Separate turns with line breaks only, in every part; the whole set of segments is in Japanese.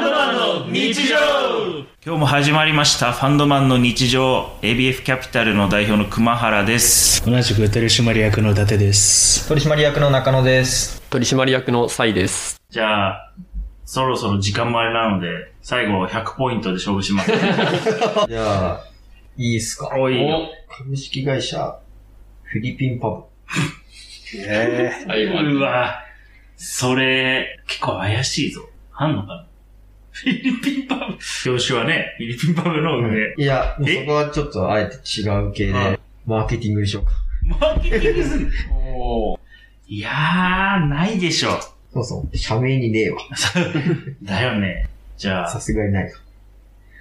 の日常
今日も始まりましたファンドマンの日常 ABF キャピタルの代表の熊原です
同じく取締役の伊達です
取締役の中野です。
取締役のサイです。
じゃあそろそろ時間もあれなので最後100ポイントで勝負します
じゃあ、いいっすか
おい
株式会社、フィリピンパブ。
最後まで
うわそれ結構怪しいぞあんのかなフィリピンパブ業種はねフィリピンパブの上
いや、もう
え
そこはちょっとあえて違う系
うん
で、マーケティングでしょうか。
マーケティングする いやーないでしょ
そうそう。社名にねえわ。
だよねじゃ
さ
あ
すがにないか。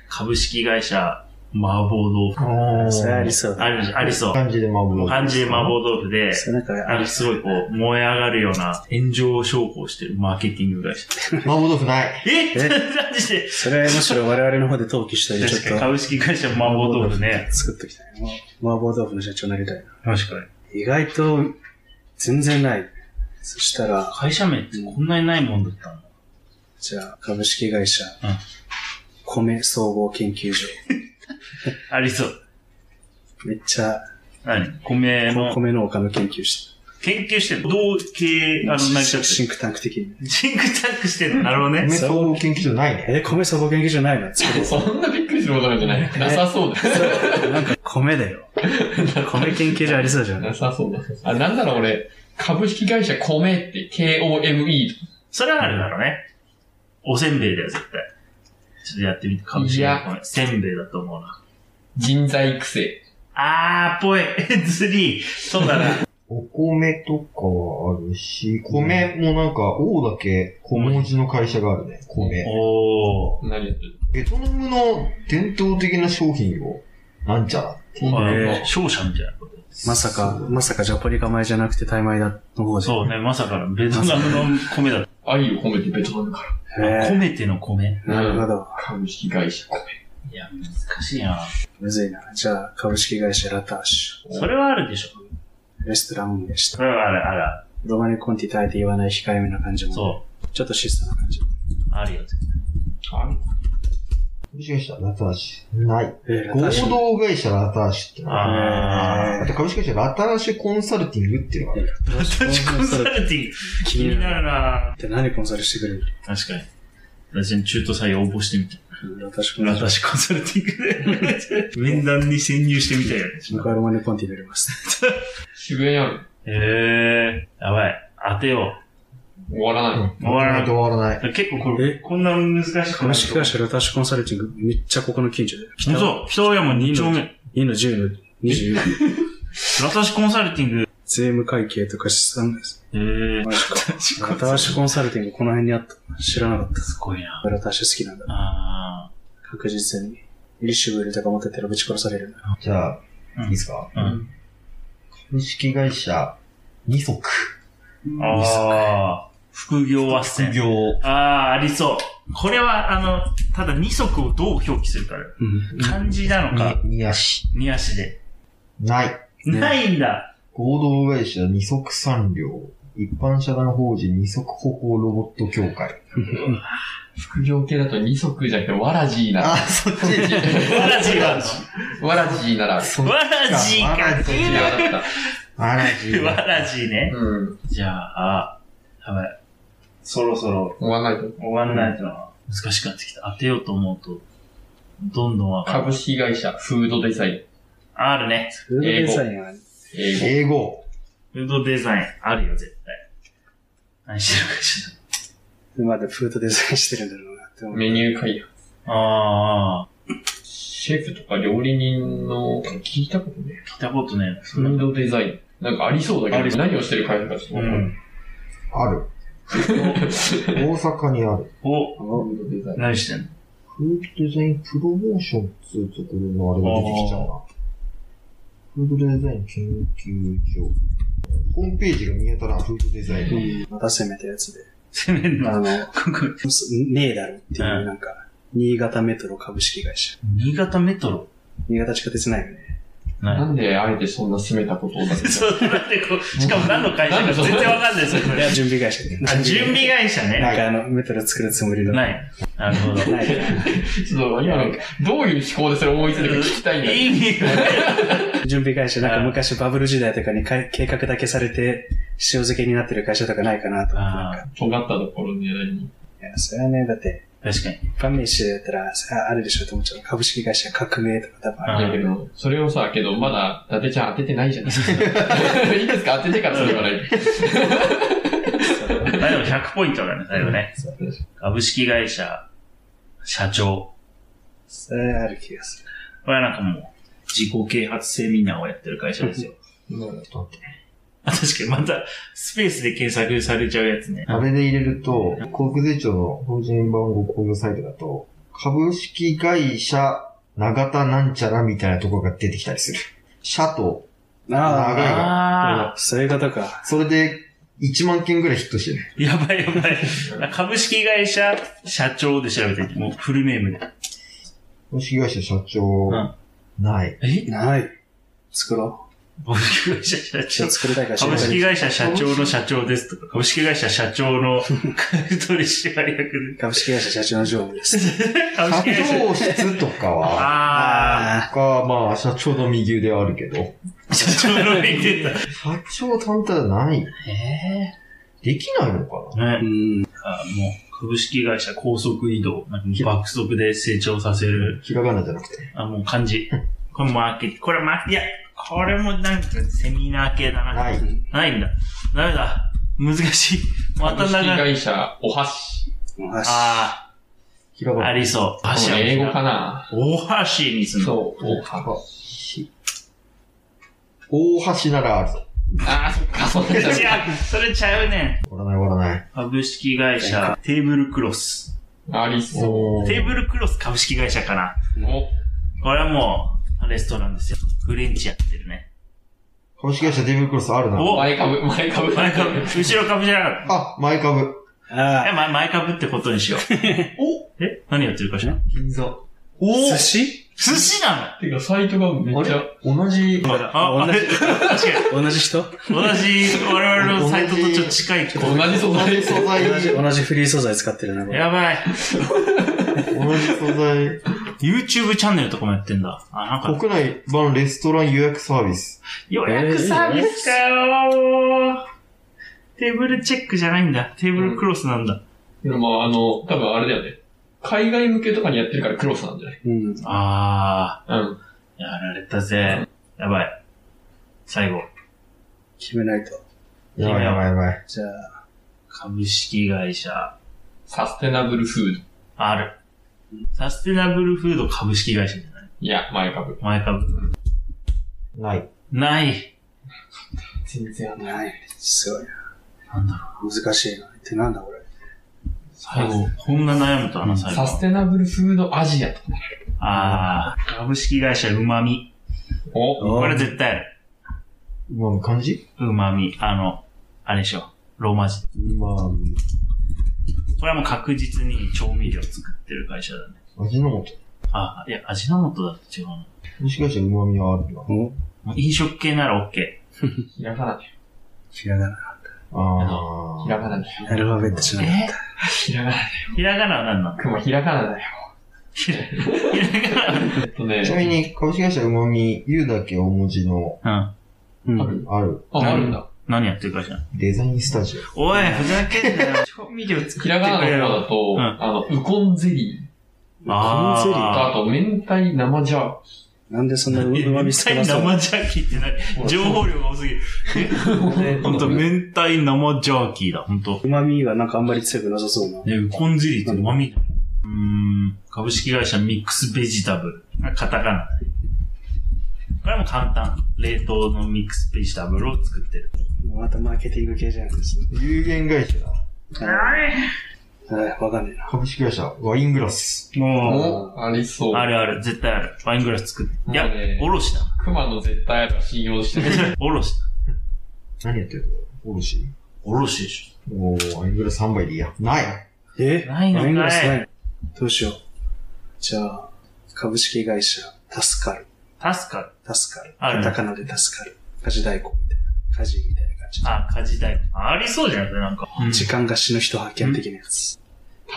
株式会社麻婆豆腐
お
それあり
そ
そうだ
あるありそう
う。感じでマブロ
漢字で麻婆豆腐で、
それなんか
あの、すごいこう、燃え上がるような炎上商法してるマーケティング会社。
マブ豆腐ない。
え
え
何して
それはむしろ我々の方で登記したりち
確かに
ょっと
株式会社麻婆豆腐ね。
作っときたいな麻婆豆腐の社長になりたいな
確かに。
意外と全然ないそしたら
会社名ってこんなにないもんだったの
じゃあ株式会社、
うん
米総合研究所
ありそう。
めっちゃ
何米の
米農家の研究室
研究してるどう系、あの、成り立って
シンクタンク的にね
るシンクタンクしてるなるほどね
米。総合研究所ないね。
え米総合研究所な いの作
そんなびっくりすることなんじゃないなさそうだ。
るなんか米だよ米研究所ありそうじゃない
なさそうだ。あ、なんなら俺、株式会社米って KOME。
それはあるだろうね。おせんべいだよ、絶対。ちょっとやってみて、株式会社米。せんべいだと思うな。
人材育成。
あー、ぽい。ズリー。そうだな。
お米とかはあるし、米もなんか、王だけ小文字の会社があるね。米。
おー。
何やってる
ベトナムの伝統的な商品を、なんちゃらっていう。
えー、勝者みたいなこと。
まさか、まさかジャポリカ米じゃなくてタイ米だ、の方で。
そうね、まさかのベトナムの米だっ
愛を込めてベトナムか
た。
へ
米ての米。
え。なるほど。
ら。株式会社米。
いや、難しいな。
むずいな。じゃあ、株式会社ラターシ
それはあるでしょ。
ュ。レストランでした。
それはある、あ
ロマネコンティタイで言わない控えめな感じ
る。
も。
そ
ちょっと質素な感じ。
う。あるよ。
あ
株式会社ラターシュ。ない。
えー、ラタ
合
ーシュ。
同会社ラターシュってのがある
あ
あと株式会社ラターシュコンサルティングっていうのがある。
ー。私コンサルティング。
気
気
に
に
な
な
る。
るな
で、何コンサルしてくれる
確かに。私中途採用応募してみたい。
のラターシュコンサル。
私コンサルティン グで。面談に潜入してみたいよね。
僕はロマネコンティでやります。
渋谷にある。
えー、やばい。当てよ
終わらない。
終わらないと終わらない。
う。結構これ、
え
こんな難しくない。
株式会社ラターシュコンサルティング、めっちゃここの近所で。
そう。北青山2丁目。
2の10の24。
私コンサルティング。
税務会計とか資産です。
えー、
マジか。
私
ラターシュコンサルティングこの辺にあった。知らなかった。
すごいな。
ラターシュ好きなんだ。
あ
確実に。イリシブルとか持ってたらぶち殺されるな。
じゃあ、
うん
いいですか
あ。うん。
株式会社二足。
ああ。副業斡旋。
業。
ああ、ありそう。これは、あの、ただ二足をどう表記するかだよ。
うん。
漢字なのか、
に、に足。
二足で。
ない。
ね
ないんだ。
合同会社二足三両。一般社団法人二足歩行ロボット協会。
副業系だと二足じゃなくてわらじーなら。
そっち
わらじがある
わらじーなら。
そ
の。わらじ
わら
い
か。
じ
やだっ
あらじ。
わらじね
た。。うん。
じゃあ、やばい。そろそろ
終わらないと。
終わんないとな。難しくなってきた。当てようと思うと、どんどんわかる。
株式会社フードデザイン。
あるね。
フードデザインは、
英語。
英語。
フードデザイン、あるよ、絶対。何してるかしら。
今までフードデザインしてるんだろうなって思う。
メニュー開発。
ああ、
シェフとか料理人の聞いたことね。
聞いたことね。
フードデザイン。なんかありそうだ
あ
け
り
ど、
そう
何をしてる会社かちょ
う
っとわかんない。
ん。
ある。大阪にある。
お、
フ
お
ードデザイン。
何してんの
フードデザインプロモーションっていうところのあれが出てきちゃうな。フードデザイン研究所。ホームページが見えたらフードデザイ
う
ン。
ん、また攻めたやつで。
攻めん
あ
な。
の、
ここ
ねえだろっていうう、
ん
なんか、新潟メトロ株式会社。
新潟メトロ。
新潟地下鉄ないよね。
はい
なんであえてそんな攻めたことをなんです
そう、だってこう、しかも何の会社か全然わかんないですよ、こ
いや
れ。
準備会社で。
あ、準備会社
な
ね。
んかあの、メタル作るつもりだ。。
ないい。なるほど。
ない。
ちょっと今の、どういう思考でそれ思いついたか聞きたいんだけど。
意味がない
準備会社、なんか昔バブル時代とかにかい計画だけされて、塩漬けになってる会社とかないかなと思ってなん
あ
か。
尖ったところ狙いに。
いや、それはね、だって、
ー確かに。
一般名詞だったら、ああるでしょうと思っちゃう。株式会社革命とか多分ある。
あ
だけど、それをさ、けどまだ、伊達ちゃん当ててないじゃないですか。 いいですか当ててからそれはない。
あ、でも100ポイントだね、最後ね。株式会社、社長。
それはある気がする。
これはなんかもう、自己啓発セミナーをやってる会社ですよ。
今だと待って
あ確かに、また、スペースで検索されちゃうやつね。
あれで入れると、幸福税庁の法人番号公表サイトだと、株式会社、長田なんちゃらみたいなところが出てきたりする。社と、長い
あ
あ
あ、そういうことか。
それで1万件ぐらいヒットしてる。
あ、やばいやばい。株式会社社長で調べて、もうフルネームで。
株式会社社長、
うん
ない。
え
ない。作ろ
株式会社社
う。
長。
作りたいから
株式
会
会社社長の社長ですとか、株式会社社長の取締役で。
株式会社社長の常務です。
株
社
式会社。
長室とかは、
あ
あ
か、まあ、社長の右腕はあるけど、
あ、社長の名言だ。
社長単体はない。
ええ
できないのかな
ね
あ。う、ん。
あもう、株式会社高速移動。なんか爆速で成長させる。
ひらがなじゃなくて。
あ、もう漢字。 これマーケティング。これマーケいや、これもなんかセミナー系だな。
ない。
ないんだ。ダメだ。難しい。また
株式
長い。
会社、お箸。
お箸。
あ
ひら
あ、
がな。
ありそう。
こ
箸
れ英語かな
お箸にすんの。
そう、お箸。
大橋ならあるぞ。
ああ、そっか、そっ
違う
か。、
それちゃうねん。
終わらない終わらない。
株式会社、テーブルクロス。
ありそう。
お
テーブルクロス株式会社かな。
お、
これはもう、レストランですよ。フレンチやってるね。
株式会社デブルクロスあるな。
お
前株、前株。
前株、後ろ株じゃなかっ
あ、前株。
た。
あ
え、前、前株ってことにしよう。おえ何やってるかしら
銀座。
お
あ。寿司
寿司な
てか、サイトがめっちゃ、
同じ、
のあ、あ
同
れ
じ
確か
同じ人
に。同じ、我々のサイトとちょっと近い。
同じ素
同
材
じ素材、
同じ、同じフリー素材使ってるな、これ。
やばい。
同じ素材。
YouTube チャンネルとかもやってんだ。あ、なんか、
国内版レストラン予約サービス。
予約サービスかよーテーブルチェックじゃないんだ。テーブルクロスなんだ。
でもまあ、あの、多分あれだよね。海外向けとかにやってるからクロスなんじゃない
うん。
あ
うん。
ー、やられたぜ。やばい。最後。
決めないと。
やばいやばいやばい。
じゃあ、
株式会社、
サステナブルフード。
ある。サステナブルフード株式会社じゃない
いや、前株。
前株。
ない。
ない。
全然
ない。すごい
なんだろう。
な。難しいな。ってなんだ、これ。
最後、こんな悩むとはな、最
サ。
後
ステナブルフードアジアとか。
あー、株式会社うまみ。
お、
これ絶対ある。
まあ、漢字
うまみ。あの、あれでしょ。ローマ字。
まあ、
これはもう確実に調味料作ってる会社だね。
味の素。
あ、いや、味の素だって違うな。
株式会社うまみはあるな。
お
もう飲食系なら OK。
ひらがなね。
ひらがな。
あ
ひ
ー。
らがなね。
アルファベットじゃない。
ひらがなね。
ひらがなは何なの
くま、ひらがなだよ。
ひらひらがな
えっとね。
ちなみに、株式会社うまみ、ゆうだけ大文字の、
うん。
うん
ある
ある、
あ、あるんだ。
何やってる会社なの
デザインスタジオ。
おい、ふざけんな よ。調味料作ってく
ひらがな
れ
の
よ。
方
うん
だと、あの、ウコンゼリー
あ
コンゼリ
と、
ー
あと、明太生ジャーキ
なんでそんなう
え
ま
明
み
太
少なそう
生ジャーキーって何情報量が多すぎる。
ー。
ほんと、明太生ジャーキーだ、ほんと。
うまみはなんかあんまり強くなさそうな。
ね、ウコンゼリーって旨味だ。うーん。株式会社ミックスベジタブル。あカタカナ。これはもう簡単。冷凍のミックスベジタブルを作ってる。
またマーケティング系じゃないですね。
有限会社だ。
はい、わかんねえな。
株式会社ワイングラス。
も、
お、ありそうう。
あるある。絶対ある。ワイングラス作って。いや
なんかね、
おろし だ。
熊の絶対やっぱ信用 してる。
おろしだ。
何やってるのおろし
おろしでし
おー、ワイングラス3杯でいいや。ない
え
ないのかい
ワイングラスないどうしよう。じゃあ、株式会社、助かる。
ょ。助かる。
助かる。
ある
カタカナで助かる。家事代行みたいな。家事みたいな感じ。
あ、家事代行。ありそうじゃないですか、なんか。
時間が死ぬ人派遣的なやつ。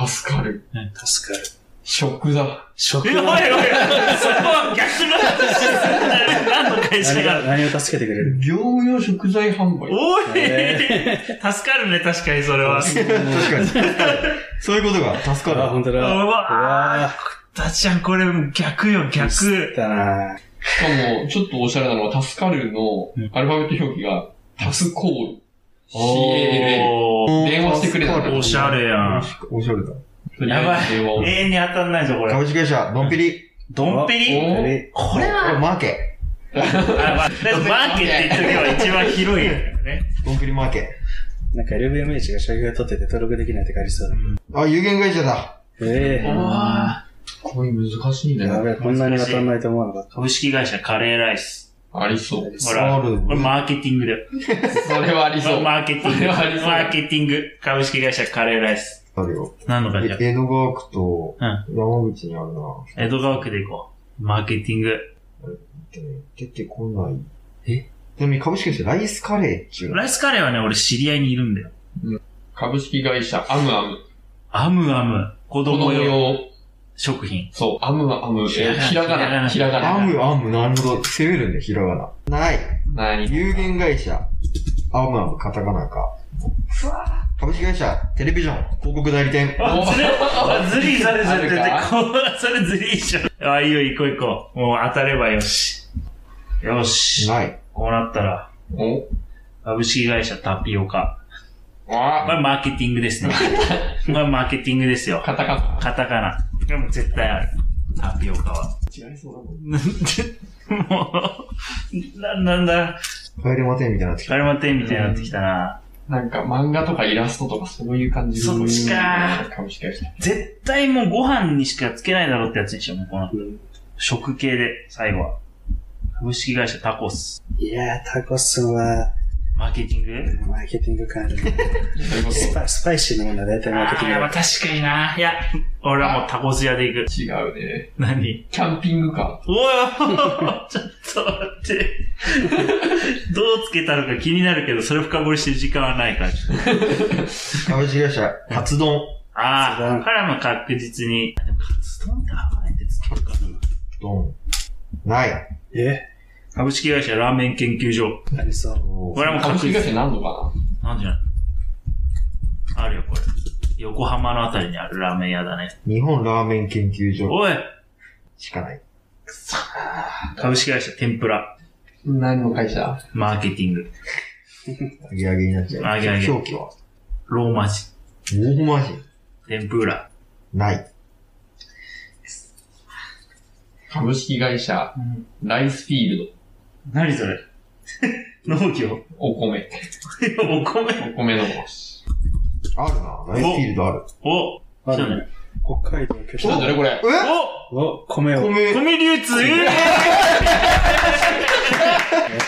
助かる。
助かる。
食だ。
食
え、おいおい、そこは逆の話するんじゃない何の会社
何
が。
が何を助けてくれる
業務用食材販売。
おい
え
助かるね、確かにそれは。
確かに。そういうことが助
あ
かる
あ、ほ
わ。
んとだ。
うわ
うわ
たちゃん、これ逆よ、
ー
逆。
だな
しかも、ちょっとおしゃれなのは、助かるの
うん
アルファベット表記が、タスコール。CAL。
おー
電話してくれた
おしゃれやん。
おしゃれだ。
とりあえず電話を。
永遠に当たんないぞ、これ。
株式会社、ドンピリ。
ドンペリ
お
え
これは、
マーケ。
あまあ、だってマーケって言っとけば一番広いよ ね。
ドンピリマーケ。
なんか LVMH が商標取ってて登録できないって書いてそうだ。
あ、有限会社だ。
ええ
あこれ難しいね。
やべえ、こんなに当たんないと思わなかっ
株式会社カレーライス。
ありそう。
ほら、
ある
これマーケティングだよ。
それはありそう。
マーケティン
そ
グ。
れ
マ
はありそう
ーケティング。株式会社カレーライス。
あるよ。
何の会社
え江戸川区と
うん
山口にあるな。
江戸川区で行こう。マーケティング。
でね出てこない。
え
ちなみに株式会社ライスカレーっちゅうの。
ライスカレーはね、俺知り合いにいるんだよ。
株式会社アムアム。
アムアム。
子
子供
供
用
用。
食品。
そう、アムアム。えーひ
ひ
ら
ら
が
が
な。
な
ひらがな。
アムアム、なるほど。攻めるんだよ、ひらがな。ない。
何
有限会社。アムアム、カタカナか。株式会社、テレビジョン、広告代理店。
お
あ、ず るい、あずるい、ずるい、ずるいずるい
あるか
こう それずるいっしょ。あ、いいよ、行こう行こう。もう当たればよし。よし。
ない。
こうなったら。
お
株式会社タピオカ。こ
あ
れマーケティングで すね。これマーケティングですよ。
カタカ
カタカナ。でも絶対ある。タピオカは。
ナ。違いそうだもん。
もう、な、なんだ、
帰れません、みたいになって きた。
カルマテンみたいになってきたな。
なんか漫画とかイラストとかそういう感じの
そっちか
株式会社。
絶対もうご飯にしかつけないだろうってやつにしよう、もうこの
た。。うん
食系で、最後は。株式会社タコス。
いやー、タコスは、
マーケティング
マーケティング感あるね。
それこ
ス
そ
パスパイシーなものは大体マーケティン
あー
グ
まあ
だ。
確かにな。いや、俺はもうタコス屋で行く。
違うね。
何
キャンピングカ
おいおい ちょっと待って。 どうつけたのか気になるけど、それ深掘りしてる時間はないから。
株式会社、カツ丼。
そうだ
ああ、
な
からも確実に。でもカツ丼ってハワイでつけるかな。
丼。ない。
え
株式会社ラーメン研究所。
ありそ
こ
う。
れはも
ー。
う
株
確
式会社
実。
何のか
なんじゃないあるよ、これ。横浜のあたりにあるラーメン屋だね。
日本ラーメン研究所
おい
しかない。
株式会社天ぷら。
な何の会社
マーケティング。
あげあげになっちゃう。
揚げ揚げ
表記は
ローマ字。
大マジ
天ぷら。
ない。
株式会社、ライスフィール
何それ 農業
ド。お米。
お米
お米の星。
あるな。ライスフィールドある。
おお
あるね。北海道巨
来たんじゃ
匠。
ねこれ。
え
お、米を。やっ
米
米流通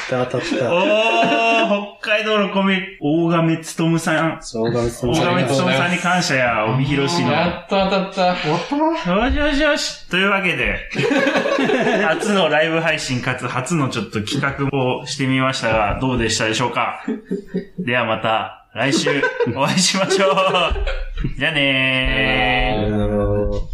た当た
お
った。
ー、北海道の米、大亀つとむさん。
そうがめつ
大
お
亀つとむさんに感謝や、帯広市の。
やっと当たった。
終わったな。
よしよしよし。というわけ で、初のライブ配信かつ初のちょっと企画をしてみましたが、どうでしたでしょうかではまた来週お会いしましょう。じゃあねー。
あのー